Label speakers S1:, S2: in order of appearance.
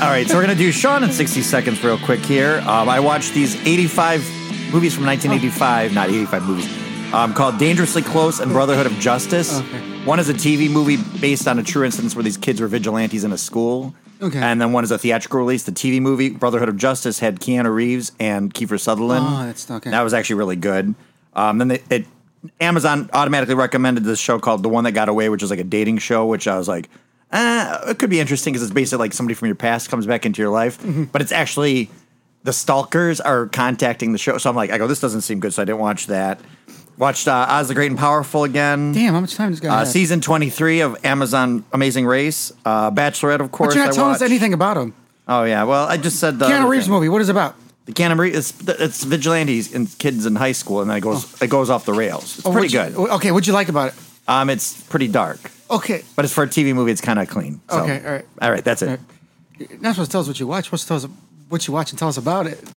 S1: right, so we're gonna do Sean in 60 seconds, real quick here. Um, I watched these 85 movies from 1985, not 85 movies, um, called Dangerously Close and Brotherhood of Justice. One is a TV movie based on a true instance where these kids were vigilantes in a school.
S2: Okay.
S1: And then one is a theatrical release. The TV movie Brotherhood of Justice had Keanu Reeves and Kiefer Sutherland.
S2: Oh, that's- okay.
S1: That was actually really good. Um, then they, it, Amazon automatically recommended this show called The One That Got Away, which is like a dating show, which I was like, eh, it could be interesting because it's basically like somebody from your past comes back into your life,
S2: Mm-hmm.
S1: but it's actually the stalkers are contacting the show. So I'm like, I go, this doesn't seem good, so I didn't watch that. Watched uh, Oz the Great and Powerful again.
S2: Damn, how much time does this guy
S1: Uh,
S2: have?
S1: season 23 of Amazon Amazing Race, uh, Bachelorette, of course.
S2: but you're
S1: I
S2: not telling us
S1: watched.
S2: anything about him.
S1: Oh yeah, well I just said the
S2: Keanu
S1: other
S2: Reeves
S1: thing.
S2: movie. What is it about?
S1: The Keanu Reeves, it's, it's vigilantes and kids in high school, and then it goes it goes off the rails. It's
S2: Oh,
S1: pretty
S2: what'd
S1: good.
S2: you- okay, what'd you like about it?
S1: Um, it's pretty dark,
S2: Okay,
S1: but it's for a TV movie. It's kind of clean. So.
S2: Okay, all right.
S1: all right, that's it.
S2: All right. you're not supposed to tell us what you watch. You're supposed to tell us what you watch and tell us about it.